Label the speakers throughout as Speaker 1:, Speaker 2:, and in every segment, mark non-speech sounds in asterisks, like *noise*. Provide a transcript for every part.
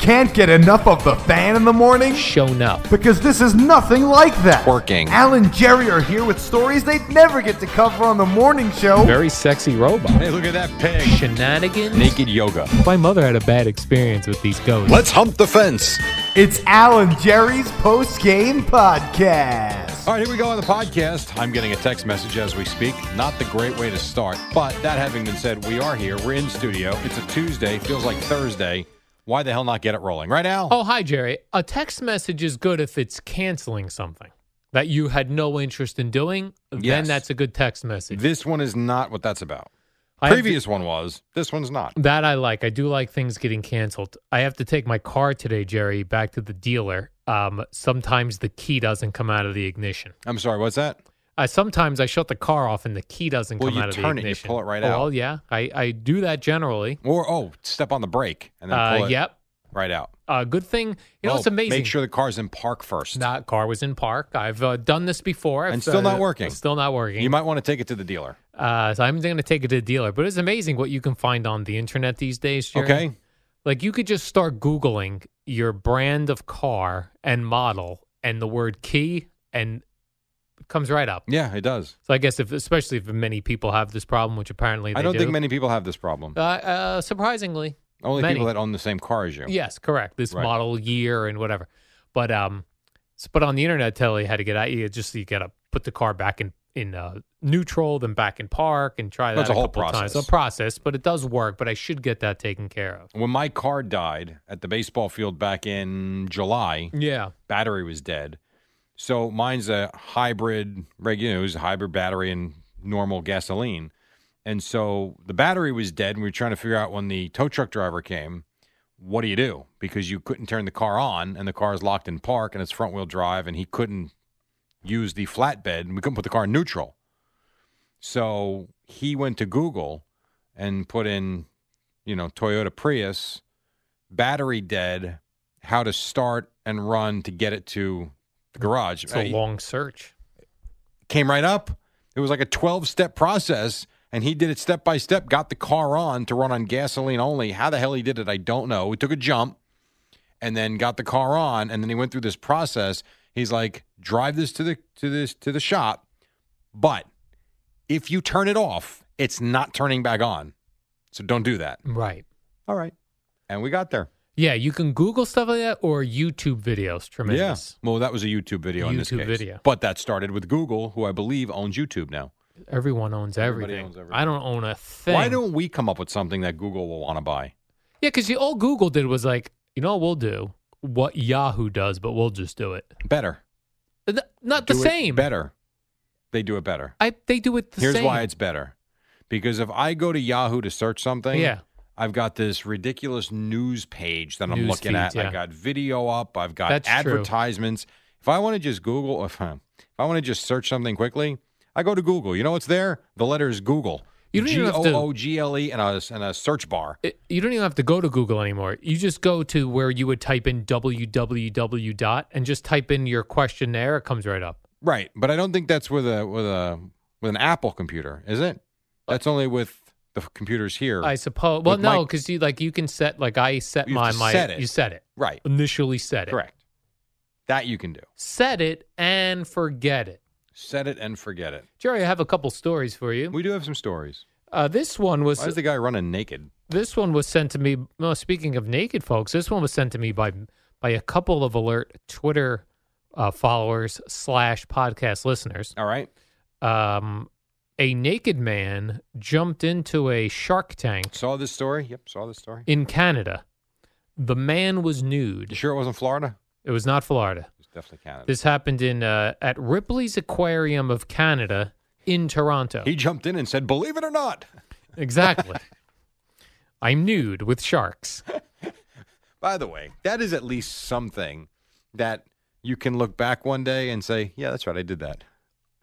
Speaker 1: Can't get enough of the fan in the morning?
Speaker 2: shown up.
Speaker 1: Because this is nothing like that.
Speaker 3: Working.
Speaker 1: Al and Jerry are here with stories they'd never get to cover on the morning show.
Speaker 2: Very sexy robot.
Speaker 3: Hey, look at that pig.
Speaker 2: Shenanigans.
Speaker 3: Naked yoga.
Speaker 2: My mother had a bad experience with these ghosts.
Speaker 3: Let's hump the fence.
Speaker 1: It's Al and Jerry's post game podcast.
Speaker 3: All right, here we go on the podcast. I'm getting a text message as we speak. Not the great way to start, but that having been said, we are here. We're in studio. It's a Tuesday. Feels like Thursday. Why the hell not get it rolling? Right now?
Speaker 2: Oh, hi, Jerry. A text message is good if it's canceling something that you had no interest in doing. Then
Speaker 3: Yes.
Speaker 2: that's a good text message.
Speaker 3: This one is not what that's about.
Speaker 2: I have to-
Speaker 3: Previous one was. This one's not.
Speaker 2: that I like. I do like things getting canceled. I have to take my car today, Jerry, back to the dealer. Um, sometimes the key doesn't come out of the ignition.
Speaker 3: I'm sorry, what's that?
Speaker 2: Uh, sometimes I shut the car off and the key doesn't
Speaker 3: Well,
Speaker 2: come
Speaker 3: you
Speaker 2: out of the
Speaker 3: turn it, you
Speaker 2: ignition.
Speaker 3: pull it right
Speaker 2: oh,
Speaker 3: out.
Speaker 2: Well, yeah, I, I do that generally.
Speaker 3: Or, oh, step on the brake and then pull
Speaker 2: Uh,
Speaker 3: it
Speaker 2: yep.
Speaker 3: right out.
Speaker 2: Uh, good thing. You know,
Speaker 3: Oh,
Speaker 2: it's amazing.
Speaker 3: Make sure the car's in park first.
Speaker 2: That car was in park. I've uh, done this before.
Speaker 3: And
Speaker 2: I've,
Speaker 3: still not
Speaker 2: uh,
Speaker 3: working.
Speaker 2: Still not working.
Speaker 3: You might want to take it to the dealer.
Speaker 2: uh, so I'm going to take it to the dealer. But it's amazing what you can find on the internet these days. Jerry.
Speaker 3: Okay?
Speaker 2: Like you could just start Googling your brand of car and model and the word key and it comes right up.
Speaker 3: Yeah, it does.
Speaker 2: So I guess if, especially if many people have this problem, which apparently they
Speaker 3: I don't
Speaker 2: do.
Speaker 3: think many people have this problem.
Speaker 2: Uh, uh, surprisingly,
Speaker 3: Only
Speaker 2: many.
Speaker 3: people that own the same car as you.
Speaker 2: Yes, correct. This
Speaker 3: Right.
Speaker 2: model year and whatever. But um, s- but on the internet, tell you how to get out. You just you gotta put the car back in in uh, neutral, then back in park, and try that
Speaker 3: That's a whole
Speaker 2: couple times.
Speaker 3: process.
Speaker 2: A process, but it does work. But I should get that taken care of.
Speaker 3: When my car died at the baseball field back in July,
Speaker 2: Yeah,
Speaker 3: battery was dead. So mine's a hybrid, reg- you know, it was a hybrid battery and normal gasoline. And so the battery was dead, and we were trying to figure out when the tow truck driver came, what do you do? Because you couldn't turn the car on, and the car is locked in park, and it's front wheel drive, and he couldn't use the flatbed, and we couldn't put the car in neutral. So he went to Google and put in, you know, Toyota Prius, battery dead, how to start and run to get it to the garage.
Speaker 2: it's a
Speaker 3: Uh,
Speaker 2: long search.
Speaker 3: came right up. It was like a 12 step process, and he did it step by step, got the car on to run on gasoline only. How the hell he did it, I don't know. He took a jump and then got the car on, and then he went through this process. He's like, drive this to the to this to the shop, but if you turn it off, it's not turning back on. So don't do that.
Speaker 2: Right.
Speaker 3: All right. And we got there.
Speaker 2: Yeah, you can Google stuff like that or YouTube videos. Tremendous.
Speaker 3: Yeah. Well, that was a YouTube video in this
Speaker 2: YouTube
Speaker 3: case.
Speaker 2: video.
Speaker 3: But that started with Google, who I believe owns YouTube now.
Speaker 2: Everyone owns
Speaker 3: Everybody
Speaker 2: everything.
Speaker 3: owns
Speaker 2: I don't own a thing.
Speaker 3: Why don't we come up with something that Google will want to buy?
Speaker 2: Yeah, because all Google did was like, you know, what we'll do what Yahoo does, but we'll just do it.
Speaker 3: Better.
Speaker 2: Th- Not
Speaker 3: Do
Speaker 2: the
Speaker 3: it
Speaker 2: same.
Speaker 3: Better. They do it better.
Speaker 2: I they do it the
Speaker 3: Here's
Speaker 2: same.
Speaker 3: why it's better. Because if I go to Yahoo to search something,
Speaker 2: Yeah.
Speaker 3: I've got this ridiculous news page that I'm
Speaker 2: News
Speaker 3: looking
Speaker 2: feed,
Speaker 3: at.
Speaker 2: yeah.
Speaker 3: I've got video up. I've got
Speaker 2: That's true.
Speaker 3: advertisements. If I want to just Google, *laughs* if I, if I want to just search something quickly, I go to Google. You know what's there? The letters Google.
Speaker 2: You don't even have to-
Speaker 3: G-O-O-G-L-E E and a, and a search bar.
Speaker 2: It- you don't even have to go to Google anymore. You just go to where you would type in www dot and just type in your question there. It comes right up.
Speaker 3: Right, but I don't think that's with a with a with an Apple computer, is it? That's only with the f- computers here.
Speaker 2: I suppose. Well,
Speaker 3: With
Speaker 2: no,
Speaker 3: my-
Speaker 2: because you like you can set like I set
Speaker 3: You have
Speaker 2: my
Speaker 3: to
Speaker 2: my
Speaker 3: set it.
Speaker 2: you set it
Speaker 3: right,
Speaker 2: initially set it
Speaker 3: correct. That you can do.
Speaker 2: set it and forget it.
Speaker 3: Set it and forget it.
Speaker 2: Jerry, I have a couple stories for you.
Speaker 3: We do have some stories.
Speaker 2: Uh, this one was
Speaker 3: Why is the guy running naked?
Speaker 2: this one was sent to me. Well, speaking of naked folks, this one was sent to me by by a couple of alert Twitter uh, followers slash podcast listeners.
Speaker 3: All right,
Speaker 2: Um, a naked man jumped into a shark tank
Speaker 3: Saw this story? Yep, saw this story.
Speaker 2: in Canada. The man was nude.
Speaker 3: You sure it wasn't Florida?
Speaker 2: It was not Florida.
Speaker 3: It was definitely Canada.
Speaker 2: This happened in uh, at Ripley's Aquarium of Canada in Toronto.
Speaker 3: he jumped in and said, "Believe it or not."
Speaker 2: exactly. I'm nude with sharks.
Speaker 3: By the way, that is at least something that you can look back one day and say, "Yeah, that's right, I did that."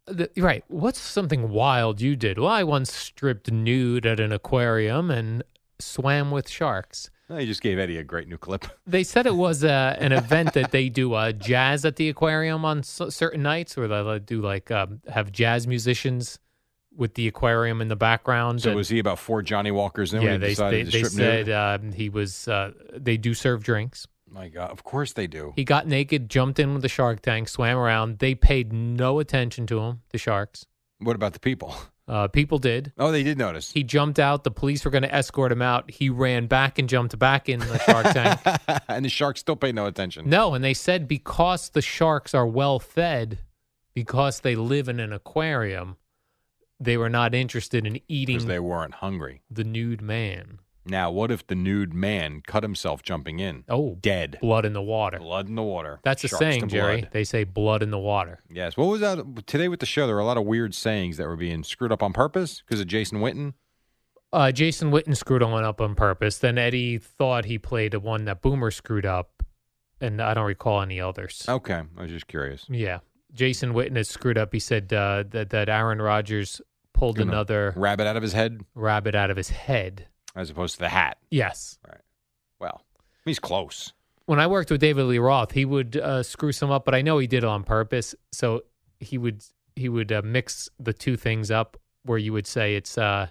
Speaker 2: The- right. What's something wild you did? Well, I once stripped nude at an aquarium and swam with sharks.
Speaker 3: No, you just gave Eddie a great new clip.
Speaker 2: They said it was uh, an event that they do uh, jazz at the aquarium on s- certain nights, where they do like um, have jazz musicians with the aquarium in the background.
Speaker 3: So
Speaker 2: and-
Speaker 3: was he about four Johnny Walkers in
Speaker 2: yeah,
Speaker 3: when
Speaker 2: they
Speaker 3: he
Speaker 2: they,
Speaker 3: decided
Speaker 2: they
Speaker 3: to strip
Speaker 2: said
Speaker 3: nude?
Speaker 2: um, he was. Uh, they do serve drinks.
Speaker 3: My God, of course they do.
Speaker 2: He got naked, jumped in with the shark tank, swam around. They paid no attention to him. The sharks.
Speaker 3: what about the people? *laughs*
Speaker 2: Uh, people did.
Speaker 3: Oh, they did notice.
Speaker 2: He jumped out. The police were going to escort him out. He ran back and jumped back in the shark tank.
Speaker 3: *laughs* and the sharks still pay no attention.
Speaker 2: No, and they said because the sharks are well fed, because they live in an aquarium, they were not interested in
Speaker 3: because
Speaker 2: eating
Speaker 3: they weren't hungry.
Speaker 2: the nude man.
Speaker 3: Now, what if the nude man cut himself jumping in?
Speaker 2: Oh,
Speaker 3: Dead.
Speaker 2: blood in the water.
Speaker 3: Blood in the water.
Speaker 2: That's a
Speaker 3: Sharks to
Speaker 2: saying, Jerry.
Speaker 3: blood.
Speaker 2: They say blood in the water.
Speaker 3: Yes. What was that today with the show? There were a lot of weird sayings that were being screwed up on purpose because of Jason Witten.
Speaker 2: Uh, Jason Witten screwed one up on purpose. Then Eddie thought he played the one that Boomer screwed up, and I don't recall any others.
Speaker 3: Okay, I was just curious.
Speaker 2: Yeah, Jason Witten has screwed up. He said uh, that that Aaron Rodgers pulled
Speaker 3: Gonna
Speaker 2: another
Speaker 3: Rabbit out of his head
Speaker 2: rabbit out of his head.
Speaker 3: as opposed to the hat.
Speaker 2: Yes.
Speaker 3: Well, he's close.
Speaker 2: When I worked with David Lee Roth, he would uh, screw some up, but I know he did it on purpose. So he would he would uh, mix the two things up, where you would say it's uh,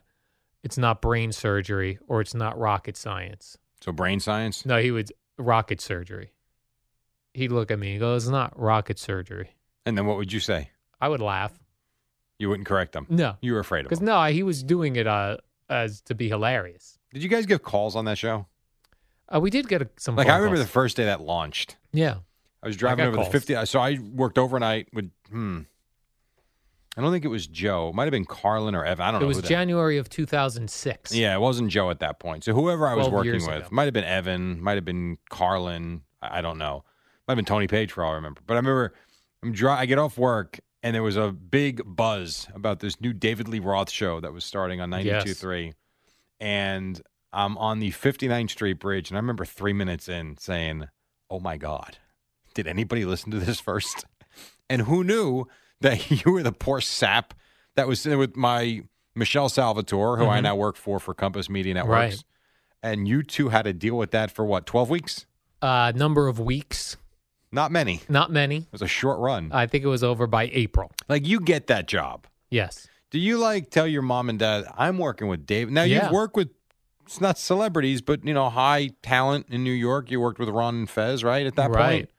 Speaker 2: it's not brain surgery or it's not rocket science.
Speaker 3: So brain science.
Speaker 2: No, he would rocket surgery. He'd look at me and go, "It's not rocket surgery."
Speaker 3: And then what would you say?
Speaker 2: I would laugh.
Speaker 3: You wouldn't correct them.
Speaker 2: No,
Speaker 3: You were afraid of
Speaker 2: because
Speaker 3: them.
Speaker 2: no, he was doing it uh, as to be hilarious.
Speaker 3: Did you guys give calls on that show?
Speaker 2: Uh, we did get a, some.
Speaker 3: Like
Speaker 2: phone
Speaker 3: I remember
Speaker 2: calls.
Speaker 3: the first day that launched.
Speaker 2: yeah.
Speaker 3: I was driving
Speaker 2: got
Speaker 3: over
Speaker 2: calls.
Speaker 3: the 50. So I worked overnight with, hmm. I don't think it was Joe. It might have been Carlin or Evan. I don't
Speaker 2: It
Speaker 3: know.
Speaker 2: was
Speaker 3: who that-
Speaker 2: January of 2006.
Speaker 3: Yeah, it wasn't Joe at that point. So whoever I was
Speaker 2: 12
Speaker 3: working
Speaker 2: years
Speaker 3: with
Speaker 2: ago.
Speaker 3: might have been Evan, might have been Carlin. I I don't know. Might have been Tony Page for all I remember. But I remember I'm dry, I get off work and there was a big buzz about this new David Lee Roth show that was starting on
Speaker 2: Yes.
Speaker 3: 92.3. And I'm on the 59th Street Bridge. And I remember three minutes in saying, Oh my God, did anybody listen to this first? And who knew that *laughs* you were the poor sap that was sitting with my Michelle Salvatore, who I now work for for Compass Media Networks.
Speaker 2: Mm-hmm. Right.
Speaker 3: And you two had to deal with that for what, 12 weeks?
Speaker 2: Uh, number of weeks,
Speaker 3: Not many. It
Speaker 2: not many.
Speaker 3: was a short run.
Speaker 2: I think it was over by April.
Speaker 3: like you get that job.
Speaker 2: Yes.
Speaker 3: Do you like tell your mom and dad, I'm working with Dave? Now
Speaker 2: Yeah.
Speaker 3: you've worked with it's not celebrities, but you know, high talent in New York. You worked with Ron and Fez, right? At that
Speaker 2: Right.
Speaker 3: point.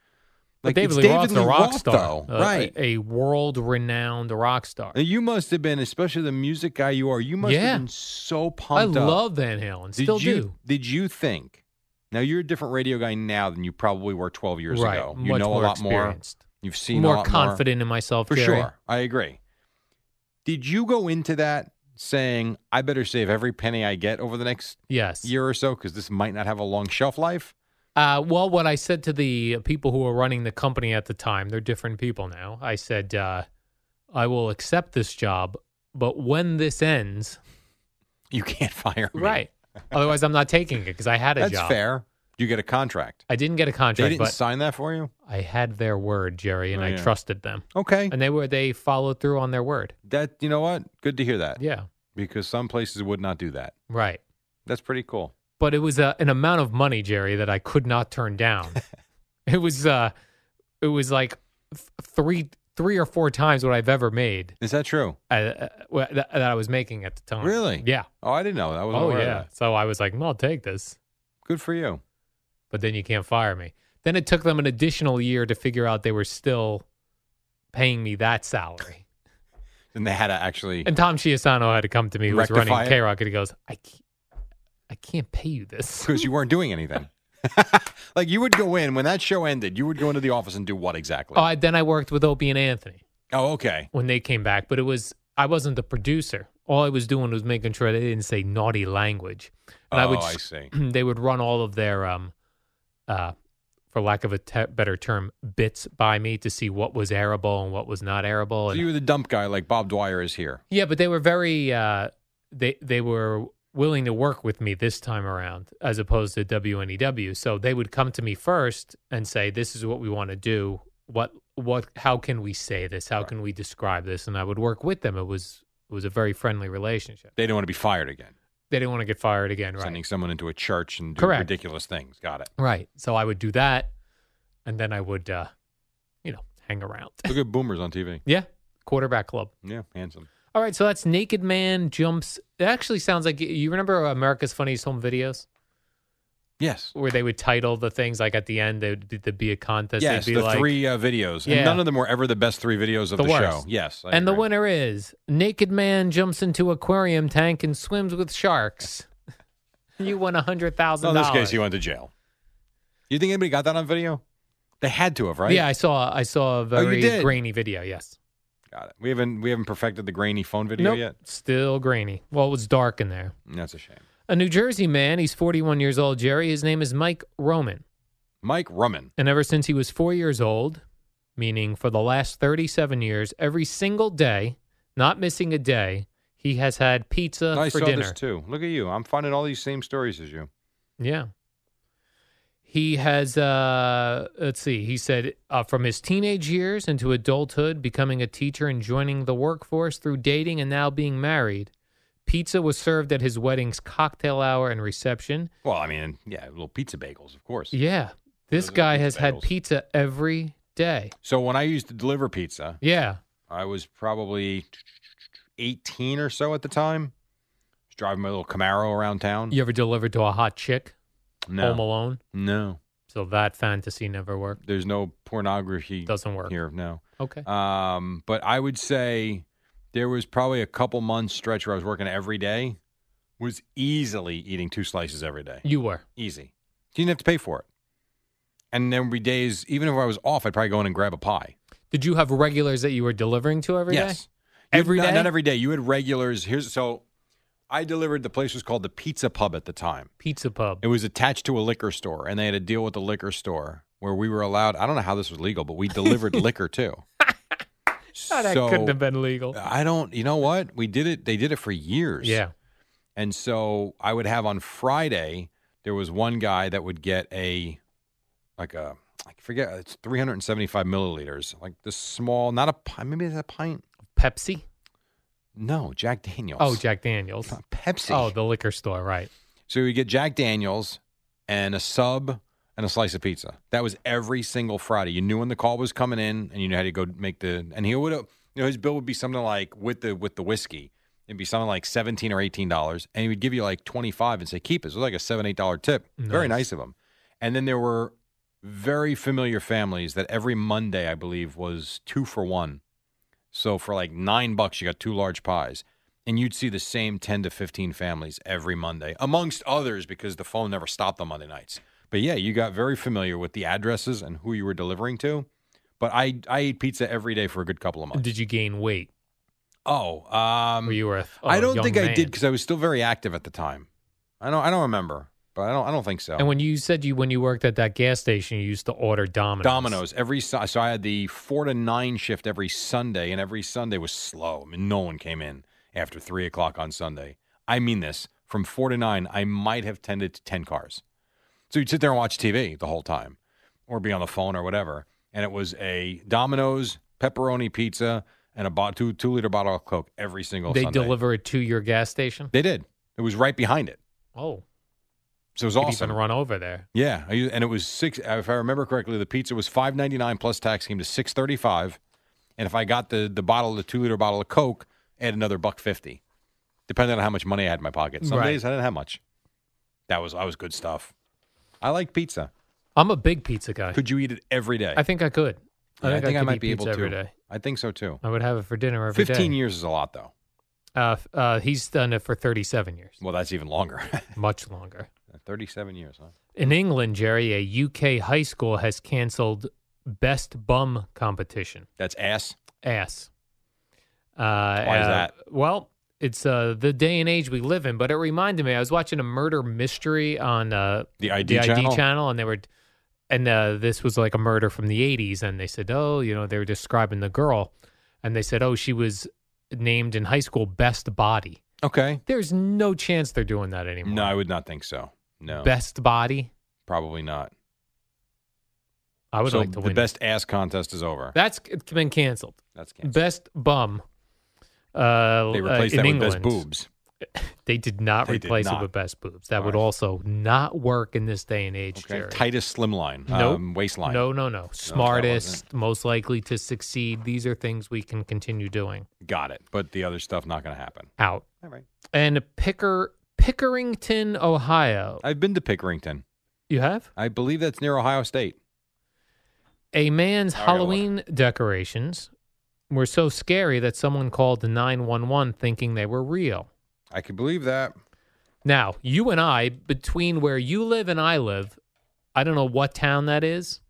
Speaker 2: But David
Speaker 3: it's
Speaker 2: Lee Roth's a rock
Speaker 3: Roth,
Speaker 2: star, Uh,
Speaker 3: though.
Speaker 2: a-
Speaker 3: right.
Speaker 2: A, world-renowned rock star.
Speaker 3: And you must have been, especially the music guy you are, you must
Speaker 2: Yeah.
Speaker 3: have been so
Speaker 2: I
Speaker 3: pumped up.
Speaker 2: love Van Halen. Still
Speaker 3: did you,
Speaker 2: do.
Speaker 3: Did you think? Now you're a different radio guy now than you probably were 12 years
Speaker 2: right.
Speaker 3: ago. You
Speaker 2: Much
Speaker 3: know
Speaker 2: more
Speaker 3: a lot more.
Speaker 2: experienced.
Speaker 3: You've seen a
Speaker 2: more
Speaker 3: lot
Speaker 2: confident in myself
Speaker 3: for
Speaker 2: Jerry.
Speaker 3: sure. I agree. Did you go into that saying I better save every penny I get over the next
Speaker 2: Yes.
Speaker 3: year or so because this might not have a long shelf life? *laughs*
Speaker 2: Uh, well, what I said to the people who were running the company at the time, they're different people now. I said, uh, I will accept this job, but when this ends,
Speaker 3: You can't fire me.
Speaker 2: right? Otherwise, I'm not taking it because I had a
Speaker 3: That's
Speaker 2: job.
Speaker 3: fair. You get a contract.
Speaker 2: I didn't get a
Speaker 3: They
Speaker 2: contract,
Speaker 3: didn't
Speaker 2: but
Speaker 3: sign that for you.
Speaker 2: I had their word, Jerry, and
Speaker 3: Oh,
Speaker 2: I
Speaker 3: yeah.
Speaker 2: trusted them,
Speaker 3: Okay.
Speaker 2: and they were they followed through on their word.
Speaker 3: That you know what? Good to hear that.
Speaker 2: Yeah,
Speaker 3: Because some places would not do that.
Speaker 2: right.
Speaker 3: That's pretty cool.
Speaker 2: But it was uh, an amount of money, Jerry, that I could not turn
Speaker 3: *laughs*
Speaker 2: down. it was uh, it was like th- three three or four times what I've ever made.
Speaker 3: Is that true?
Speaker 2: I, uh, well, that, that I was making at the time.
Speaker 3: Really?
Speaker 2: Yeah.
Speaker 3: Oh, I didn't know. that. I wasn't
Speaker 2: Oh
Speaker 3: aware of
Speaker 2: yeah.
Speaker 3: that.
Speaker 2: So I was like, "Well, I'll take this,"
Speaker 3: Good for you.
Speaker 2: but then you can't fire me. Then it took them an additional year to figure out they were still paying me that salary.
Speaker 3: And they had
Speaker 2: *laughs*
Speaker 3: to actually.
Speaker 2: And Tom Chiasano had to come to me, who was running
Speaker 3: Rectify it?
Speaker 2: K Rock, and he goes, "I, can't, I can't pay you this."
Speaker 3: because you weren't doing anything. *laughs* like you would go in when that show ended, you would go into
Speaker 2: Uh,
Speaker 3: the office and do what exactly?
Speaker 2: Oh, I, then I worked with Opie and Anthony
Speaker 3: oh, okay.
Speaker 2: when they came back, but it was I wasn't the producer. All I was doing was making sure they didn't say naughty language. And I would,
Speaker 3: oh, I
Speaker 2: s-
Speaker 3: see.
Speaker 2: *clears throat* they would run all of their, um, uh, for lack of a te- better term, bits by me to see what was arable and what was not arable.
Speaker 3: So
Speaker 2: And
Speaker 3: you were the dump guy, like Bob Dwyer is here.
Speaker 2: Yeah, but they were very uh, they they were willing to work with me this time around as opposed to WNEW. So they would come to me first and say, "This is what we want to do. What what? How can we say this? How can we describe this?" And I would work with them. It was it was a very friendly relationship.
Speaker 3: They don't want to be fired again.
Speaker 2: They didn't want to get fired again, right?
Speaker 3: Sending someone into a church and doing
Speaker 2: Correct.
Speaker 3: ridiculous things. Got it.
Speaker 2: Right. So I would do that, and then I would, uh, you know, hang around. *laughs*
Speaker 3: Look at boomers on TV.
Speaker 2: yeah, quarterback club.
Speaker 3: Yeah, handsome.
Speaker 2: All right, so that's Naked Man jumps. It actually sounds like you remember America's Funniest Home Videos,
Speaker 3: Yes.
Speaker 2: where they would title the things like at the end there would be, there'd be a contest.
Speaker 3: yes,
Speaker 2: they'd be
Speaker 3: the
Speaker 2: like,
Speaker 3: three uh, videos. And
Speaker 2: Yeah.
Speaker 3: none of them were ever the best three videos of
Speaker 2: The
Speaker 3: the, show.
Speaker 2: worst.
Speaker 3: Yes. I
Speaker 2: and the
Speaker 3: agree.
Speaker 2: winner is Naked Man jumps into aquarium tank and swims with sharks. *laughs* you won a hundred
Speaker 3: No,
Speaker 2: thousand
Speaker 3: in this
Speaker 2: dollars.
Speaker 3: case, he went to jail. You think anybody got that on video? They had to have, right? Oh,
Speaker 2: Yeah, I saw I saw a
Speaker 3: you
Speaker 2: very
Speaker 3: did?
Speaker 2: grainy video. Yes,
Speaker 3: Got it. We haven't we haven't perfected the grainy phone video
Speaker 2: Nope,
Speaker 3: yet.
Speaker 2: still grainy. Well, it was dark in there.
Speaker 3: That's a shame.
Speaker 2: A New Jersey man. He's 41 years old. Jerry. His name is Mike Roman.
Speaker 3: Mike Rumman.
Speaker 2: And ever since he was four years old, meaning for the last 37 years, every single day, not missing a day, he has had pizza
Speaker 3: I
Speaker 2: Uh, for
Speaker 3: saw
Speaker 2: dinner.
Speaker 3: this too. Look at you. I'm finding all these same stories as you.
Speaker 2: Yeah. He has, uh, let's see, he said uh, from his teenage years into adulthood, becoming a teacher and joining the workforce through dating and now being married. Pizza was served at his wedding's cocktail hour and reception.
Speaker 3: Well, I mean, yeah, little pizza bagels, of course.
Speaker 2: Yeah. This
Speaker 3: Those are
Speaker 2: guy
Speaker 3: pizza
Speaker 2: has had
Speaker 3: bagels.
Speaker 2: pizza every day.
Speaker 3: So when I used to deliver pizza,
Speaker 2: Yeah.
Speaker 3: I was probably 18 or so at the time. I was driving my little Camaro around town.
Speaker 2: You ever delivered to a hot chick? Home
Speaker 3: No.
Speaker 2: Alone.
Speaker 3: No.
Speaker 2: So that fantasy never worked.
Speaker 3: There's no pornography
Speaker 2: Doesn't work.
Speaker 3: here. No.
Speaker 2: Okay.
Speaker 3: Um, but I would say there was probably a couple months stretch where I was working every day, was easily eating two slices every day.
Speaker 2: You were.
Speaker 3: Easy. You didn't have to pay for it. And there would be days, even if I was off, I'd probably go in and grab a pie.
Speaker 2: Did you have regulars that you were delivering to every day?
Speaker 3: yes.
Speaker 2: Every
Speaker 3: every day.
Speaker 2: day?
Speaker 3: not, every day. You had regulars. Here's so I delivered the place was called the Pizza Pub at the time.
Speaker 2: Pizza pub.
Speaker 3: It was attached to a liquor store, and they had a deal with the liquor store where we were allowed. I don't know how this was legal, but
Speaker 2: *laughs*
Speaker 3: we delivered liquor too.
Speaker 2: Oh, that
Speaker 3: So- Uh,
Speaker 2: couldn't have been legal.
Speaker 3: I don't. You know what? We did it. They did it for years.
Speaker 2: yeah.
Speaker 3: And so I would have on Friday. There was one guy that would get a, like a, I forget. It's 375 milliliters, like this small, not a pint. Maybe it's a pint.
Speaker 2: Pepsi.
Speaker 3: No, Jack Daniels.
Speaker 2: Oh, Jack Daniels.
Speaker 3: Not Pepsi.
Speaker 2: Oh, the liquor store. Right.
Speaker 3: so we get Jack Daniels and a sub and a slice of pizza. That was every single Friday. You knew when the call was coming in, and you knew how to go make the. And he would, you know, his bill would be something like with the with the whiskey, it'd be something like seventeen or eighteen dollars, and he would give you like twenty five and say keep it. So it was like a seven eight dollar tip. Very
Speaker 2: Nice.
Speaker 3: nice of him. And then there were very familiar families that every Monday I believe was two for one. So for like nine bucks, you got two large pies. And you'd see the same 10 to 15 families every Monday, amongst others, because the phone never stopped on Monday nights. But yeah, you got very familiar with the addresses and who you were delivering to. But I, I ate pizza every day for a good couple of months.
Speaker 2: Did you gain weight?
Speaker 3: oh, um,
Speaker 2: Or you were a, a
Speaker 3: I don't
Speaker 2: Oh, young
Speaker 3: think I
Speaker 2: man?
Speaker 3: did because I was still very active at the time. I don't, I don't remember, but I don't, I don't think so.
Speaker 2: And when you said you when you worked at that gas station, you used to order Domino's.
Speaker 3: Domino's every Su- so I had the four to nine shift every Sunday, and every Sunday was slow. I mean, no one came in after three o'clock on Sunday. I mean this from four to nine. I might have tended to ten cars, so you'd sit there and watch TV the whole time, or be on the phone or whatever. And it was a Domino's pepperoni pizza and a bot- two two liter bottle of Coke every single.
Speaker 2: They
Speaker 3: Sunday.
Speaker 2: deliver it to your gas station.
Speaker 3: They did. It was right behind it,
Speaker 2: Oh,
Speaker 3: so it was
Speaker 2: could
Speaker 3: awesome.
Speaker 2: even run over there.
Speaker 3: Yeah, I u- and it was six. If I remember correctly, the pizza was five ninety nine plus tax came to six thirty five, and if I got the the bottle, the two liter bottle of Coke, add another buck fifty, depending on how much money I had in my pocket. Some
Speaker 2: Right.
Speaker 3: days I didn't have much. That was I was good stuff. I like pizza.
Speaker 2: I'm a big pizza guy.
Speaker 3: Could you eat it every day?
Speaker 2: I think I could.
Speaker 3: Yeah,
Speaker 2: I think I, could
Speaker 3: might
Speaker 2: eat
Speaker 3: be able
Speaker 2: pizza every
Speaker 3: to.
Speaker 2: day.
Speaker 3: I think so too.
Speaker 2: I would have it for dinner every day.
Speaker 3: Fifteen years is a lot though.
Speaker 2: Uh, f- uh, he's done it for 37 years,
Speaker 3: Well, that's even longer. *laughs*
Speaker 2: much longer.
Speaker 3: Thirty seven years, huh?
Speaker 2: In England, Jerry, a UK high school has canceled best bum competition.
Speaker 3: That's ass.
Speaker 2: Ass. Uh,
Speaker 3: Why is
Speaker 2: uh,
Speaker 3: that?
Speaker 2: Well, it's uh, the day and age we live in, but it reminded me I was watching a murder mystery on uh,
Speaker 3: The ID
Speaker 2: the
Speaker 3: channel?
Speaker 2: ID channel, and they were, and uh, this was like a murder from the '80s, and they said, oh, you know, they were describing the girl, and they said, oh, she was named in high school best body.
Speaker 3: Okay.
Speaker 2: There's no chance they're doing that anymore.
Speaker 3: No, I would not think so. No,
Speaker 2: Best body.
Speaker 3: probably not.
Speaker 2: I would
Speaker 3: so
Speaker 2: like to
Speaker 3: the
Speaker 2: win.
Speaker 3: best ass contest is over.
Speaker 2: That's been canceled.
Speaker 3: That's canceled.
Speaker 2: Best bum. Uh,
Speaker 3: They
Speaker 2: uh,
Speaker 3: replaced
Speaker 2: in
Speaker 3: that with
Speaker 2: England.
Speaker 3: best boobs.
Speaker 2: They did not
Speaker 3: They did
Speaker 2: replace
Speaker 3: not.
Speaker 2: it with best boobs. That would
Speaker 3: Right.
Speaker 2: also not work in this day and age,
Speaker 3: Okay.
Speaker 2: Jerry.
Speaker 3: Tightest slimline.
Speaker 2: Nope.
Speaker 3: Um, waistline.
Speaker 2: No, no, no. Smartest, most likely to succeed. These are things we can continue doing.
Speaker 3: Got it. But the other stuff not going to happen.
Speaker 2: Out.
Speaker 3: All right.
Speaker 2: And Picker Pickerington, Ohio.
Speaker 3: I've been to Pickerington.
Speaker 2: You have?
Speaker 3: I believe that's near Ohio State.
Speaker 2: A man's
Speaker 3: All right, well-
Speaker 2: Halloween decorations were so scary that someone called 911 thinking they were real.
Speaker 3: I could believe that.
Speaker 2: Now, you and I, between where you live and I live, I don't know what town that is,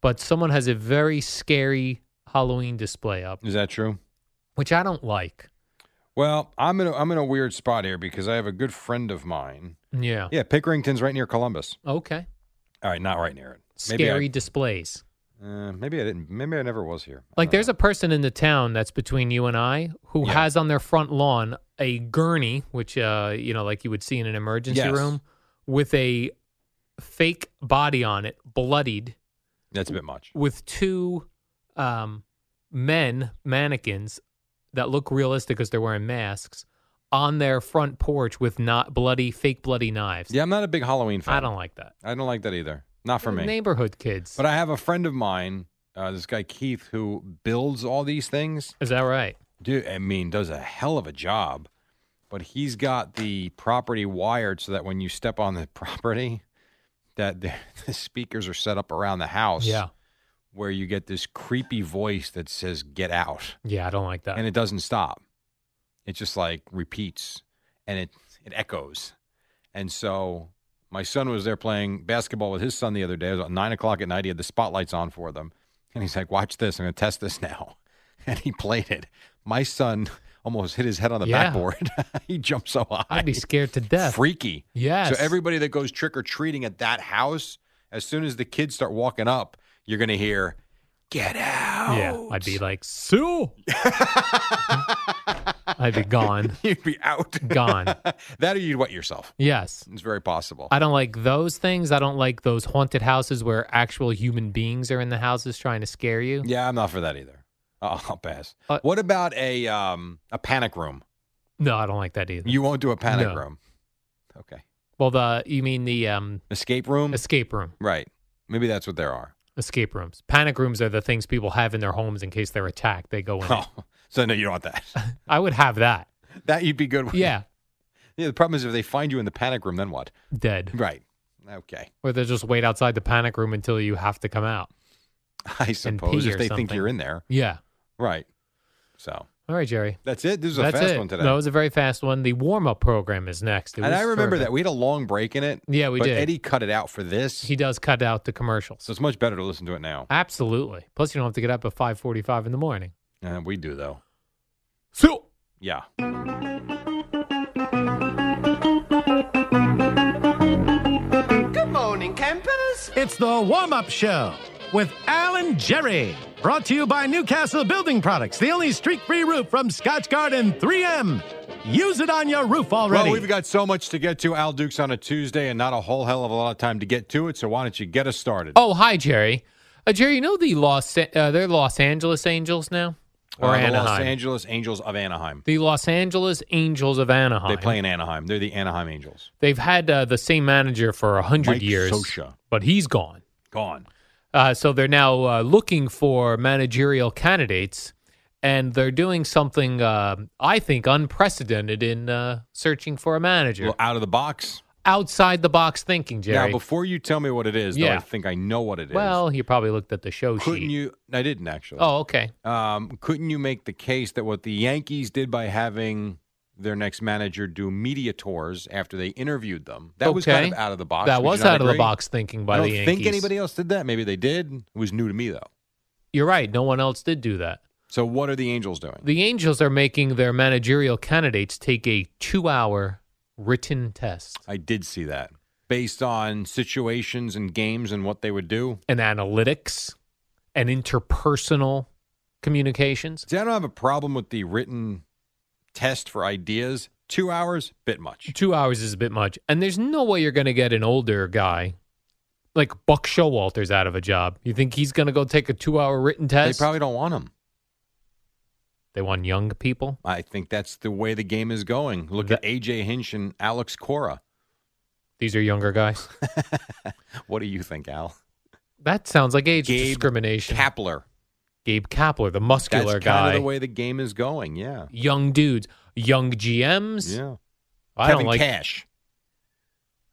Speaker 2: but someone has a very scary Halloween display up,
Speaker 3: Is that true?
Speaker 2: which I don't like.
Speaker 3: Well, I'm in a, I'm in a weird spot here because I have a good friend of mine.
Speaker 2: Yeah.
Speaker 3: Yeah, Pickerington's right near Columbus.
Speaker 2: Okay.
Speaker 3: All right, not right near it. Maybe
Speaker 2: Scary displays.
Speaker 3: I, uh, maybe I didn't. Maybe I never was here. Uh, I
Speaker 2: Like
Speaker 3: don't
Speaker 2: there's a person in the town that's between you and I who
Speaker 3: Yeah.
Speaker 2: has on their front lawn a gurney, which uh, you know, like you would see in an emergency
Speaker 3: Yes.
Speaker 2: room, with a fake body on it, bloodied,
Speaker 3: know. that's a bit much.
Speaker 2: with two um, men mannequins that look realistic because they're wearing masks on their front porch with not bloody fake bloody knives.
Speaker 3: Yeah, I'm not a big Halloween fan.
Speaker 2: I don't like that.
Speaker 3: I don't like that either. Not for me.
Speaker 2: Neighborhood kids.
Speaker 3: But I have a friend of mine, uh, this guy Keith, who builds all these things.
Speaker 2: Is that right?
Speaker 3: Dude, I mean, does a hell of a job. But he's got the property wired so that when you step on the *laughs* property, that the, *laughs* the speakers are set up around the house.
Speaker 2: Yeah.
Speaker 3: Where you get this creepy voice that says "Get out,"
Speaker 2: Yeah, I don't like that.
Speaker 3: and it doesn't stop. It just like repeats, and it it echoes. And so my son was there playing basketball with his son the other day. It was about nine o'clock at night. He had the spotlights on for them. And he's like, watch this. I'm going to test this now. *laughs* And he played it. My son almost hit his head on the
Speaker 2: Yeah.
Speaker 3: backboard. *laughs* he jumped so high.
Speaker 2: I'd be scared to death.
Speaker 3: Freaky.
Speaker 2: Yes.
Speaker 3: So everybody that goes trick or treating at that house, as soon as the kids start walking up, you're going to hear, get out.
Speaker 2: Yeah, I'd be like, Sue. I'd be gone.
Speaker 3: *laughs* You'd be out.
Speaker 2: Gone.
Speaker 3: *laughs* that or you'd wet yourself.
Speaker 2: Yes.
Speaker 3: It's very possible.
Speaker 2: I don't like those things. I don't like those haunted houses where actual human beings are in the houses trying to scare you.
Speaker 3: Yeah, I'm not for that either. I'll, *laughs* I'll pass.
Speaker 2: Uh,
Speaker 3: what about a um a panic room?
Speaker 2: No, I don't like that either.
Speaker 3: You won't do a panic
Speaker 2: No.
Speaker 3: room. Okay.
Speaker 2: well, the you mean the um
Speaker 3: Escape room?
Speaker 2: escape room.
Speaker 3: right. Maybe that's what there are.
Speaker 2: Escape rooms. Panic rooms are the things people have in their homes in case they're attacked. They go in. it.
Speaker 3: *laughs* Oh, so no, you don't want that.
Speaker 2: *laughs* I would have that.
Speaker 3: that you'd be good with.
Speaker 2: Yeah.
Speaker 3: Yeah, the problem is if they find you in the panic room, then what?
Speaker 2: Dead.
Speaker 3: Right. Okay. *laughs*
Speaker 2: Or they just wait outside the panic room until you have to come out.
Speaker 3: I suppose if
Speaker 2: or
Speaker 3: they think
Speaker 2: something.
Speaker 3: you're in there.
Speaker 2: Yeah.
Speaker 3: Right. So
Speaker 2: All right, Jerry.
Speaker 3: that's it. This is a
Speaker 2: That's
Speaker 3: fast
Speaker 2: it.
Speaker 3: one today.
Speaker 2: That was a very fast one. The warm up program is next. It
Speaker 3: and
Speaker 2: was
Speaker 3: I remember
Speaker 2: for-
Speaker 3: that we had a long break in it.
Speaker 2: Yeah, we
Speaker 3: but
Speaker 2: did.
Speaker 3: Eddie cut it out for this,
Speaker 2: He does cut out the commercials.
Speaker 3: so it's much better to listen to it now.
Speaker 2: Absolutely. Plus, you don't have to get up at five forty-five in the morning.
Speaker 3: Uh, we do though.
Speaker 2: So
Speaker 3: Yeah.
Speaker 4: It's the warm up show with Alan Jerry. Brought to you by Newcastle Building Products, the only streak free roof from Scotch Garden 3M. Use it on your roof already.
Speaker 3: Well, we've got so much to get to. Al Dukes on a Tuesday and not a whole hell of a lot of time to get to it. So why don't you get us started?
Speaker 2: Oh, hi, Jerry. Uh, Jerry, you know the Los uh, they're Los Angeles Angels now, or
Speaker 3: Uh, the
Speaker 2: Anaheim.
Speaker 3: Los Angeles Angels of Anaheim.
Speaker 2: the Los Angeles Angels of Anaheim.
Speaker 3: They play in Anaheim. They're the Anaheim Angels.
Speaker 2: They've had uh, the same manager for a hundred
Speaker 3: Mike
Speaker 2: years,
Speaker 3: Scioscia.
Speaker 2: but he's gone.
Speaker 3: Gone.
Speaker 2: Uh, so they're now uh, looking for managerial candidates, and they're doing something uh, I think unprecedented in uh, searching for a manager.
Speaker 3: Well, out of the box.
Speaker 2: Outside the box thinking, Jerry.
Speaker 3: Now, before you tell me what it is, though, I
Speaker 2: Yeah.
Speaker 3: think I know what it is.
Speaker 2: well, you probably looked at the show
Speaker 3: couldn't
Speaker 2: sheet.
Speaker 3: you? I didn't actually.
Speaker 2: oh, okay.
Speaker 3: Um, couldn't you make the case that what the Yankees did by having their next manager do media tours after they interviewed them that was kind
Speaker 2: Okay.
Speaker 3: of out of the box?
Speaker 2: that
Speaker 3: Would you
Speaker 2: was
Speaker 3: not
Speaker 2: out of the
Speaker 3: agree?
Speaker 2: box thinking by
Speaker 3: I don't
Speaker 2: the Yankees.
Speaker 3: think anybody else did that. Maybe they did. It was new to me though.
Speaker 2: You're right. No one else did do that.
Speaker 3: So what are the Angels doing?
Speaker 2: The Angels are making their managerial candidates take a two hour written test,
Speaker 3: I did see that based on situations and games and what they would do.
Speaker 2: and analytics and interpersonal communications.
Speaker 3: See, I don't have a problem with the written test for ideas. Two hours, bit much.
Speaker 2: Two hours is a bit much. And there's no way you're going to get an older guy like Buck Showalter's out of a job. You think he's going to go take a two hour written
Speaker 3: They
Speaker 2: test?
Speaker 3: probably don't want him.
Speaker 2: They want young people.
Speaker 3: I think that's the way the game is going. Look at AJ Hinch and Alex Cora.
Speaker 2: These are younger
Speaker 3: *laughs*
Speaker 2: guys.
Speaker 3: What do you think, Al?
Speaker 2: That sounds like age
Speaker 3: Gabe
Speaker 2: discrimination.
Speaker 3: Kapler.
Speaker 2: Gabe Kapler, the
Speaker 3: That's
Speaker 2: muscular
Speaker 3: kind
Speaker 2: guy.
Speaker 3: of the way the game is going. Yeah.
Speaker 2: young dudes, young GMs.
Speaker 3: Yeah.
Speaker 2: I
Speaker 3: Kevin
Speaker 2: don't like
Speaker 3: Cash.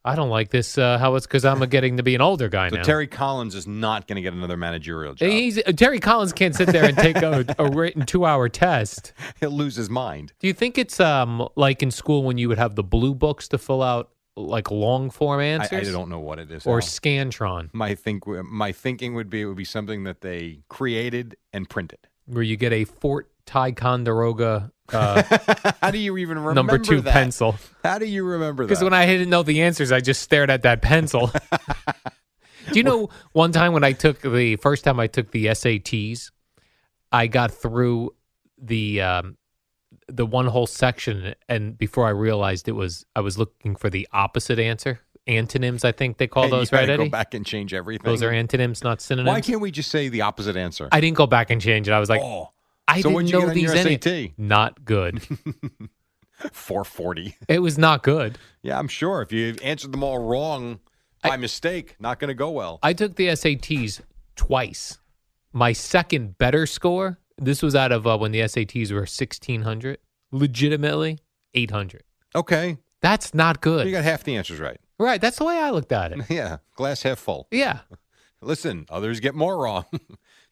Speaker 2: I don't like this. Uh, how it's because I'm getting to be an older guy
Speaker 3: So
Speaker 2: now.
Speaker 3: Terry Collins is not going to get another managerial job.
Speaker 2: He's, uh, Terry Collins can't sit there and take a, a written two-hour test.
Speaker 3: He'll lose his mind.
Speaker 2: Do you think it's um like in school when you would have the blue books to fill out like long-form
Speaker 3: I,
Speaker 2: answers
Speaker 3: I don't know what it is.
Speaker 2: or
Speaker 3: Al.
Speaker 2: Scantron,
Speaker 3: my think my thinking would be it would be something that they created and printed. *laughs*
Speaker 2: where you get a Fort Ticonderoga
Speaker 3: *laughs*
Speaker 2: uh,
Speaker 3: How do you even remember
Speaker 2: number two
Speaker 3: that?
Speaker 2: pencil?
Speaker 3: How do you remember that?
Speaker 2: Because when I didn't know the answers, I just stared at that
Speaker 3: *laughs*
Speaker 2: pencil. Do you know one time when I took the first time I took the SATs, I got through the um, the one whole section, and before I realized it was I was looking for the opposite answer, antonyms. I think they call
Speaker 3: Hey, you
Speaker 2: those, right,
Speaker 3: gotta
Speaker 2: Eddie?
Speaker 3: Go back and change everything.
Speaker 2: Those are antonyms, not synonyms.
Speaker 3: Why can't we just say the opposite answer?
Speaker 2: I didn't go back and change it. I was like,
Speaker 3: oh,
Speaker 2: I
Speaker 3: so
Speaker 2: didn't
Speaker 3: what'd you
Speaker 2: know
Speaker 3: get on
Speaker 2: these
Speaker 3: your
Speaker 2: any-
Speaker 3: SAT?
Speaker 2: Not
Speaker 3: *laughs*
Speaker 2: good.
Speaker 3: 440.
Speaker 2: it was not good.
Speaker 3: *laughs* Yeah, I'm sure. If you answered them all wrong by mistake, not going to go well.
Speaker 2: I took the SATs twice. My second better score, this was out of uh, when the SATs were 1600, legitimately 800.
Speaker 3: okay.
Speaker 2: That's not
Speaker 3: You
Speaker 2: good.
Speaker 3: got half the answers right. *laughs*
Speaker 2: right. That's the way I looked at it.
Speaker 3: Yeah. Glass half full.
Speaker 2: Yeah.
Speaker 3: Listen, others get more wrong. *laughs*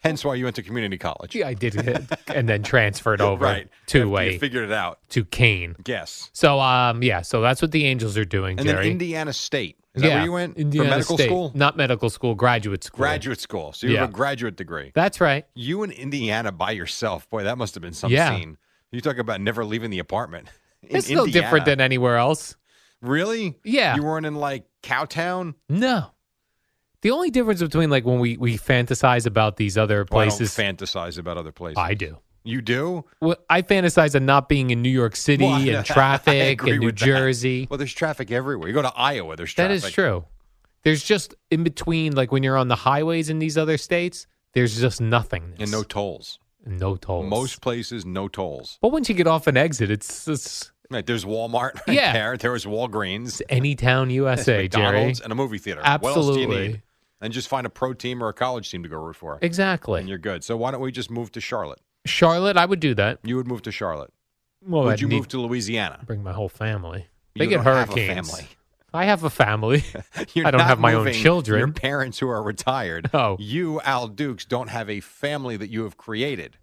Speaker 3: Hence why you went to community college.
Speaker 2: Gee, I did it *laughs* and then
Speaker 3: *laughs*
Speaker 2: transferred over
Speaker 3: Right.
Speaker 2: to
Speaker 3: After
Speaker 2: a,
Speaker 3: You figured it out.
Speaker 2: to Kane.
Speaker 3: Yes.
Speaker 2: So um yeah, so that's what the Angels are doing,
Speaker 3: And
Speaker 2: Jerry.
Speaker 3: then Indiana State. Is
Speaker 2: yeah,
Speaker 3: that where you went?
Speaker 2: Indiana
Speaker 3: For medical
Speaker 2: State.
Speaker 3: school?
Speaker 2: Not medical school, graduate school.
Speaker 3: Graduate school. So you
Speaker 2: Yeah.
Speaker 3: have a graduate degree.
Speaker 2: That's right.
Speaker 3: You in Indiana by yourself. Boy, that must have been some
Speaker 2: Yeah.
Speaker 3: scene. You talk about never leaving the apartment. *laughs* In
Speaker 2: it's no different than
Speaker 3: Indiana.
Speaker 2: anywhere else.
Speaker 3: Really?
Speaker 2: Yeah.
Speaker 3: You weren't in like Cowtown?
Speaker 2: No. The only difference between like when we, we fantasize about these other
Speaker 3: Well,
Speaker 2: places,
Speaker 3: I don't fantasize about other places.
Speaker 2: I do.
Speaker 3: you do?
Speaker 2: Well, I fantasize of not being in New York City
Speaker 3: Well, *laughs* I- I
Speaker 2: and traffic
Speaker 3: agree
Speaker 2: and New
Speaker 3: with that.
Speaker 2: Jersey.
Speaker 3: Well, there's traffic everywhere. You go to Iowa, there's
Speaker 2: That
Speaker 3: traffic.
Speaker 2: is true. There's just in between, like when you're on the highways in these other states, there's just nothingness
Speaker 3: And no tolls.
Speaker 2: no tolls.
Speaker 3: Most places, no tolls.
Speaker 2: but once you get off an exit, it's, it's
Speaker 3: Right, there's Walmart right
Speaker 2: Yeah.
Speaker 3: there. There was Walgreens,
Speaker 2: any town USA, Jerry.
Speaker 3: *laughs* McDonald's, and a movie theater. What else do you
Speaker 2: Absolutely,
Speaker 3: need? And just find a pro team or a college team to go root for. And
Speaker 2: exactly.
Speaker 3: you're good. So why don't we just move to Charlotte?
Speaker 2: Charlotte, I would do that.
Speaker 3: You would move to Charlotte.
Speaker 2: Well,
Speaker 3: would
Speaker 2: Oh, I'd
Speaker 3: you
Speaker 2: need
Speaker 3: move to Louisiana?
Speaker 2: bring my whole family? They
Speaker 3: You
Speaker 2: get
Speaker 3: don't have a
Speaker 2: hurricanes.
Speaker 3: family.
Speaker 2: I have a family. *laughs*
Speaker 3: You're
Speaker 2: I don't
Speaker 3: not
Speaker 2: have my own
Speaker 3: moving
Speaker 2: children. Oh.
Speaker 3: Your parents who
Speaker 2: *laughs*
Speaker 3: are retired.
Speaker 2: No.
Speaker 3: You, Al Dukes, don't have a family that you have created.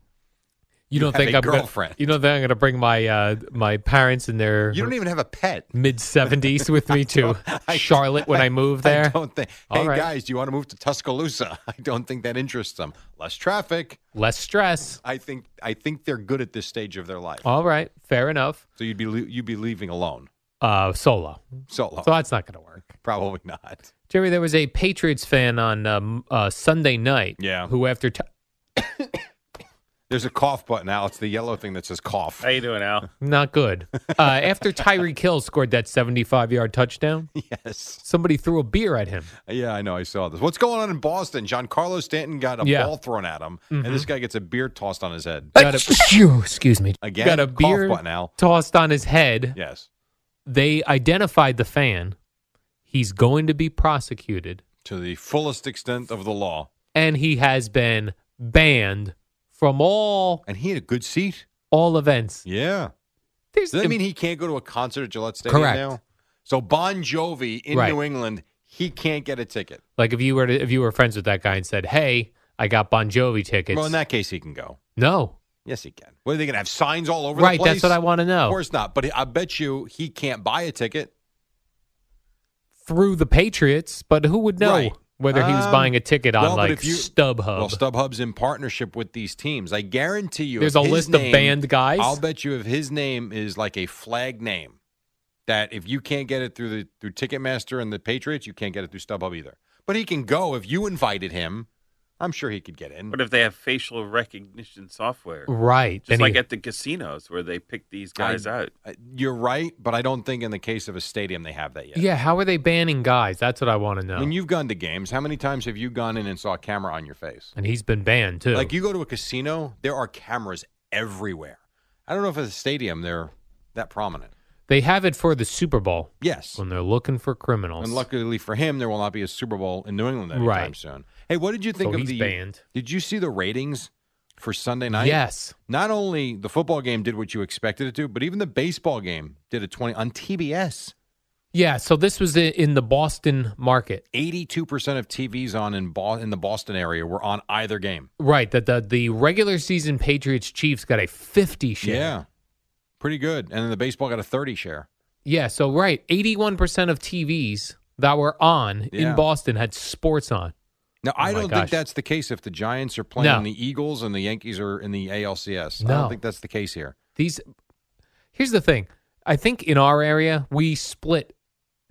Speaker 2: You don't
Speaker 3: have
Speaker 2: think
Speaker 3: a
Speaker 2: I'm
Speaker 3: girlfriend.
Speaker 2: Gonna, you don't think I'm going to bring my uh, my parents in their
Speaker 3: You don't e- even have a pet.
Speaker 2: mid seventies with
Speaker 3: *laughs*
Speaker 2: me to Charlotte when I, move there?
Speaker 3: I don't think.
Speaker 2: All
Speaker 3: hey
Speaker 2: right.
Speaker 3: guys, do you want to move to Tuscaloosa? *laughs* I don't think that interests them. Less traffic.
Speaker 2: Less stress.
Speaker 3: I think. I think they're good at this stage of their life.
Speaker 2: All right, fair enough.
Speaker 3: So you'd be le- you'd be leaving alone,
Speaker 2: Uh, solo,
Speaker 3: solo.
Speaker 2: so that's not going to work.
Speaker 3: *laughs* Probably not.
Speaker 2: Jerry, there was a Patriots fan on um, uh, Sunday night.
Speaker 3: Yeah.
Speaker 2: Who after t-
Speaker 3: There's a cough button, Al. It's the yellow thing that says cough.
Speaker 5: How you doing, Al?
Speaker 2: not good. Uh, after Tyreek Hill scored that seventy-five yard touchdown,
Speaker 3: *laughs* Yes.
Speaker 2: somebody threw a beer at him.
Speaker 3: Yeah, I know. I saw this. What's going on in Boston? Giancarlo Stanton got a
Speaker 2: Yeah. Mm-hmm.
Speaker 3: ball thrown at him, and this guy gets a beer tossed on
Speaker 2: *laughs*
Speaker 3: his head.
Speaker 2: Got
Speaker 3: *laughs*
Speaker 2: a, excuse me.
Speaker 3: Again,
Speaker 2: got a
Speaker 3: cough
Speaker 2: beer
Speaker 3: button, Al.
Speaker 2: tossed on his head.
Speaker 3: Yes.
Speaker 2: they identified the fan. He's going to be prosecuted,
Speaker 3: To the fullest extent of the law.
Speaker 2: and he has been banned from all
Speaker 3: And he had a good seat.
Speaker 2: all events.
Speaker 3: Yeah.
Speaker 2: There's,
Speaker 3: Does that mean he can't go to a concert at Gillette Stadium
Speaker 2: Correct.
Speaker 3: now? So Bon Jovi in
Speaker 2: Right.
Speaker 3: New England, he can't get a ticket.
Speaker 2: like if you were to, if you were friends with that guy and said, "Hey, I got Bon Jovi tickets."
Speaker 3: well, in that case, he can go.
Speaker 2: no,
Speaker 3: Yes, he can. What are they going to have signs all over
Speaker 2: right?
Speaker 3: the place?
Speaker 2: That's what I oh. want to
Speaker 3: Of
Speaker 2: know.
Speaker 3: course not. But I bet you he can't buy a ticket.
Speaker 2: Through the Patriots, but who would know
Speaker 3: Right.
Speaker 2: Whether he was
Speaker 3: Um,
Speaker 2: buying a ticket on
Speaker 3: well,
Speaker 2: like
Speaker 3: but if you-
Speaker 2: StubHub.
Speaker 3: Well, StubHub's in partnership with these teams. I guarantee you. if
Speaker 2: There's a
Speaker 3: his
Speaker 2: list
Speaker 3: name-
Speaker 2: of band guys.
Speaker 3: I'll bet you if his name is like a flag name, that if you can't get it through the through Ticketmaster and the Patriots, you can't get it through StubHub either. But he can go if you invited him. I'm sure he could get in.
Speaker 5: What if they have facial recognition software?
Speaker 2: right.
Speaker 5: Just
Speaker 2: Then
Speaker 5: like
Speaker 2: he-
Speaker 5: at the casinos where they pick these guys out.
Speaker 3: Uh, You're right, but I don't think in the case of a stadium they have that yet.
Speaker 2: yeah, how are they banning guys? That's what I want to know.
Speaker 3: When you've gone to games, how many times have you gone in and saw a camera on your face?
Speaker 2: and he's been banned too.
Speaker 3: Like you go to a casino, there are cameras everywhere. I don't know if at a stadium they're that prominent.
Speaker 2: they have it for the Super Bowl
Speaker 3: Yes.
Speaker 2: when they're looking for criminals.
Speaker 3: And luckily for him, there will not be a Super Bowl in New England anytime
Speaker 2: Right.
Speaker 3: soon. Hey, what did you think
Speaker 2: So
Speaker 3: of
Speaker 2: he's
Speaker 3: the?
Speaker 2: banned.
Speaker 3: Did you see the ratings for Sunday night?
Speaker 2: Yes.
Speaker 3: Not only the football game did what you expected it to, but even the baseball game did a twenty on TBS.
Speaker 2: Yeah, so this was i- in the Boston market.
Speaker 3: Eighty-two percent of TVs on in Bo- in the Boston area were on either game.
Speaker 2: Right, that the the regular season Patriots Chiefs got a 50 share.
Speaker 3: Yeah, pretty good. And then the baseball got a thirty share.
Speaker 2: Yeah, so right, 81% of TVs that were on
Speaker 3: Yeah.
Speaker 2: in Boston had sports on.
Speaker 3: Now
Speaker 2: Oh
Speaker 3: I
Speaker 2: my
Speaker 3: don't
Speaker 2: gosh.
Speaker 3: think that's the case if the Giants are playing
Speaker 2: No.
Speaker 3: the Eagles and the Yankees are in the ALCS. I
Speaker 2: No.
Speaker 3: don't think that's the case here.
Speaker 2: These Here's the thing. I think in our area we split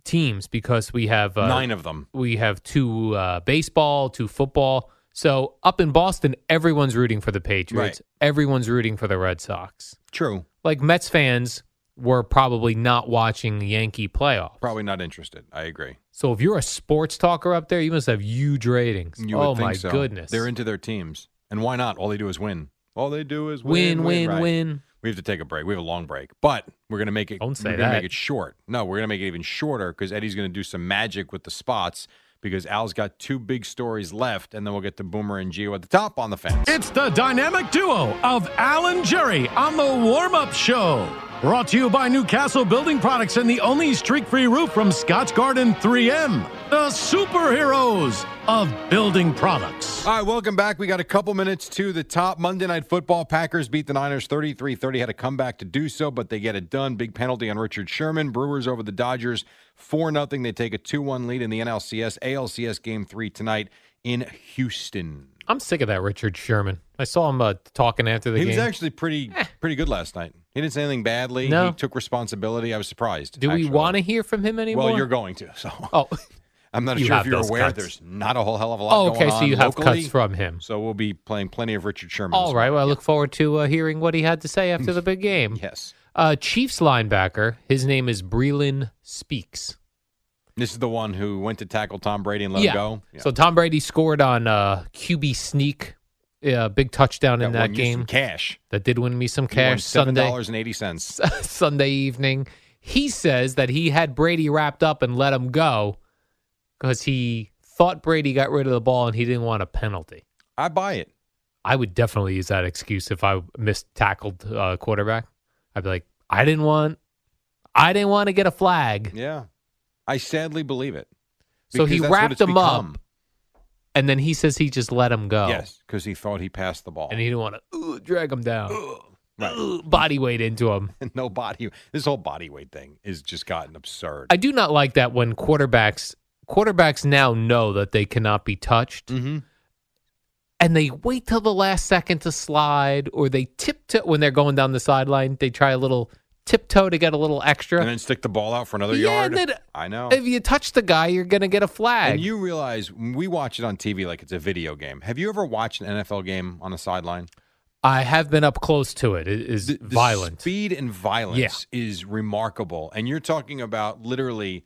Speaker 2: teams because we have uh,
Speaker 3: Nine of them.
Speaker 2: we have two uh, baseball, two football. So up in Boston, everyone's rooting for the Patriots. Everyone's rooting for the Red Sox.
Speaker 3: True.
Speaker 2: Like Mets fans were probably not watching the Yankee playoff.
Speaker 3: Probably not interested. I agree.
Speaker 2: So if you're a sports talker up there, you must have huge ratings.
Speaker 3: You
Speaker 2: oh
Speaker 3: would think
Speaker 2: my
Speaker 3: so.
Speaker 2: goodness.
Speaker 3: They're into their teams. And why not? All they do is win. All they do is
Speaker 2: win,
Speaker 3: win,
Speaker 2: win,
Speaker 3: right.
Speaker 2: win.
Speaker 3: We have to take a break. We have a long break, but we're going to make it.
Speaker 2: Don't say
Speaker 3: we're gonna
Speaker 2: that.
Speaker 3: Make it short. No, we're going to make it even shorter because Eddie's going to do some magic with the spots because Al's got two big stories left, and then we'll get to Boomer and Geo at the top on the fence.
Speaker 4: It's the dynamic duo of Alan Jerry on the warm up show. Brought to you by Newcastle Building Products and the only streak free roof from Scotch Garden 3M, the superheroes of building products.
Speaker 3: All right, welcome back. We got a couple minutes to the top. Monday Night Football Packers beat the Niners 33 30. Had a comeback to do so, but they get it done. Big penalty on Richard Sherman. Brewers over the Dodgers 4 0. They take a 2 1 lead in the NLCS. ALCS game three tonight in Houston.
Speaker 2: I'm sick of that Richard Sherman. I saw him uh, talking after the
Speaker 3: he
Speaker 2: game.
Speaker 3: was actually pretty pretty good last night. He didn't say anything badly.
Speaker 2: No.
Speaker 3: He took responsibility. I was surprised.
Speaker 2: Do we want to hear from him anymore?
Speaker 3: Well, you're going to. So *laughs*
Speaker 2: Oh,
Speaker 3: I'm not
Speaker 2: You
Speaker 3: sure
Speaker 2: have
Speaker 3: if you're
Speaker 2: those
Speaker 3: aware.
Speaker 2: cuts.
Speaker 3: There's not a whole hell of a lot
Speaker 2: oh,
Speaker 3: going
Speaker 2: okay.
Speaker 3: on
Speaker 2: So you have
Speaker 3: locally.
Speaker 2: cuts from him.
Speaker 3: So we'll be playing plenty of Richard Sherman.
Speaker 2: All
Speaker 3: this
Speaker 2: right. Well, I look forward to uh, hearing what he had to say after the big game.
Speaker 3: week. Yes.
Speaker 2: Uh, Chiefs linebacker. His name is Breland Speaks.
Speaker 3: This is the one who went to tackle Tom Brady and let him go.
Speaker 2: So Tom Brady scored on uh, QB sneak, uh, big touchdown in that
Speaker 3: one used some
Speaker 2: game
Speaker 3: cash.
Speaker 2: that did win me some
Speaker 3: He won
Speaker 2: cash *laughs* Sunday
Speaker 3: dollars and eighty cents.
Speaker 2: Sunday evening. He says that he had Brady wrapped up and let him go because he thought Brady got rid of the ball and he didn't want a penalty.
Speaker 3: I buy it.
Speaker 2: I would definitely use that excuse if I missed tackled uh, quarterback. I'd be like, I didn't want, I didn't want to get a flag.
Speaker 3: Yeah, I sadly believe it.
Speaker 2: So he
Speaker 3: Because that's what
Speaker 2: wrapped
Speaker 3: it's
Speaker 2: him up.
Speaker 3: become.
Speaker 2: And then he says he just let him go.
Speaker 3: Yes, because he thought he passed the ball.
Speaker 2: And he didn't want to ooh, drag him down,
Speaker 3: right. *laughs*
Speaker 2: Ooh, body weight into him.
Speaker 3: no body. This whole body weight thing is just gotten absurd.
Speaker 2: I do not like that when quarterbacks quarterbacks now know that they cannot be touched
Speaker 3: Mhm.
Speaker 2: and they wait till the last second to slide or they tiptoe when they're going down the sideline, they try a little tiptoe to get a little extra.
Speaker 3: And then stick the ball out for another
Speaker 2: Yeah,
Speaker 3: yard.
Speaker 2: and then-
Speaker 3: I know.
Speaker 2: if you touch the guy, you're going to get a flag.
Speaker 3: and you realize when we watch it on TV like it's a video game. Have you ever watched an NFL game on the sideline?
Speaker 2: I have been up close to it. It is
Speaker 3: the, the
Speaker 2: violent.
Speaker 3: speed and violence is remarkable and you're talking about literally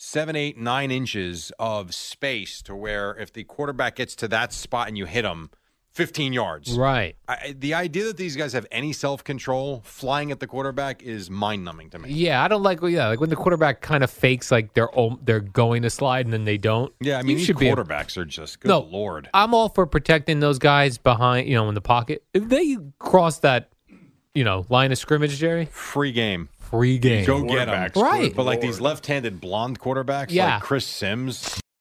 Speaker 3: seven eight nine inches of space to where if the quarterback gets to that spot and you hit him 15 yards
Speaker 2: right.
Speaker 3: I- I, the idea that these guys have any self-control flying at the quarterback is mind-numbing to me
Speaker 2: Yeah, I don't like yeah, like when the quarterback kind of fakes like they're om- they're going to slide and then they don't.
Speaker 3: yeah i mean
Speaker 2: you
Speaker 3: these
Speaker 2: should be a-
Speaker 3: quarterbacks are just good
Speaker 2: No.
Speaker 3: lord
Speaker 2: I'm all for protecting those guys behind, you know, in the pocket. If they cross that, you know, line of scrimmage, Jerry,
Speaker 3: free game
Speaker 2: free game.
Speaker 3: go get them
Speaker 2: Right.
Speaker 3: but like these left-handed blonde quarterbacks
Speaker 2: Yeah.
Speaker 3: like chris sims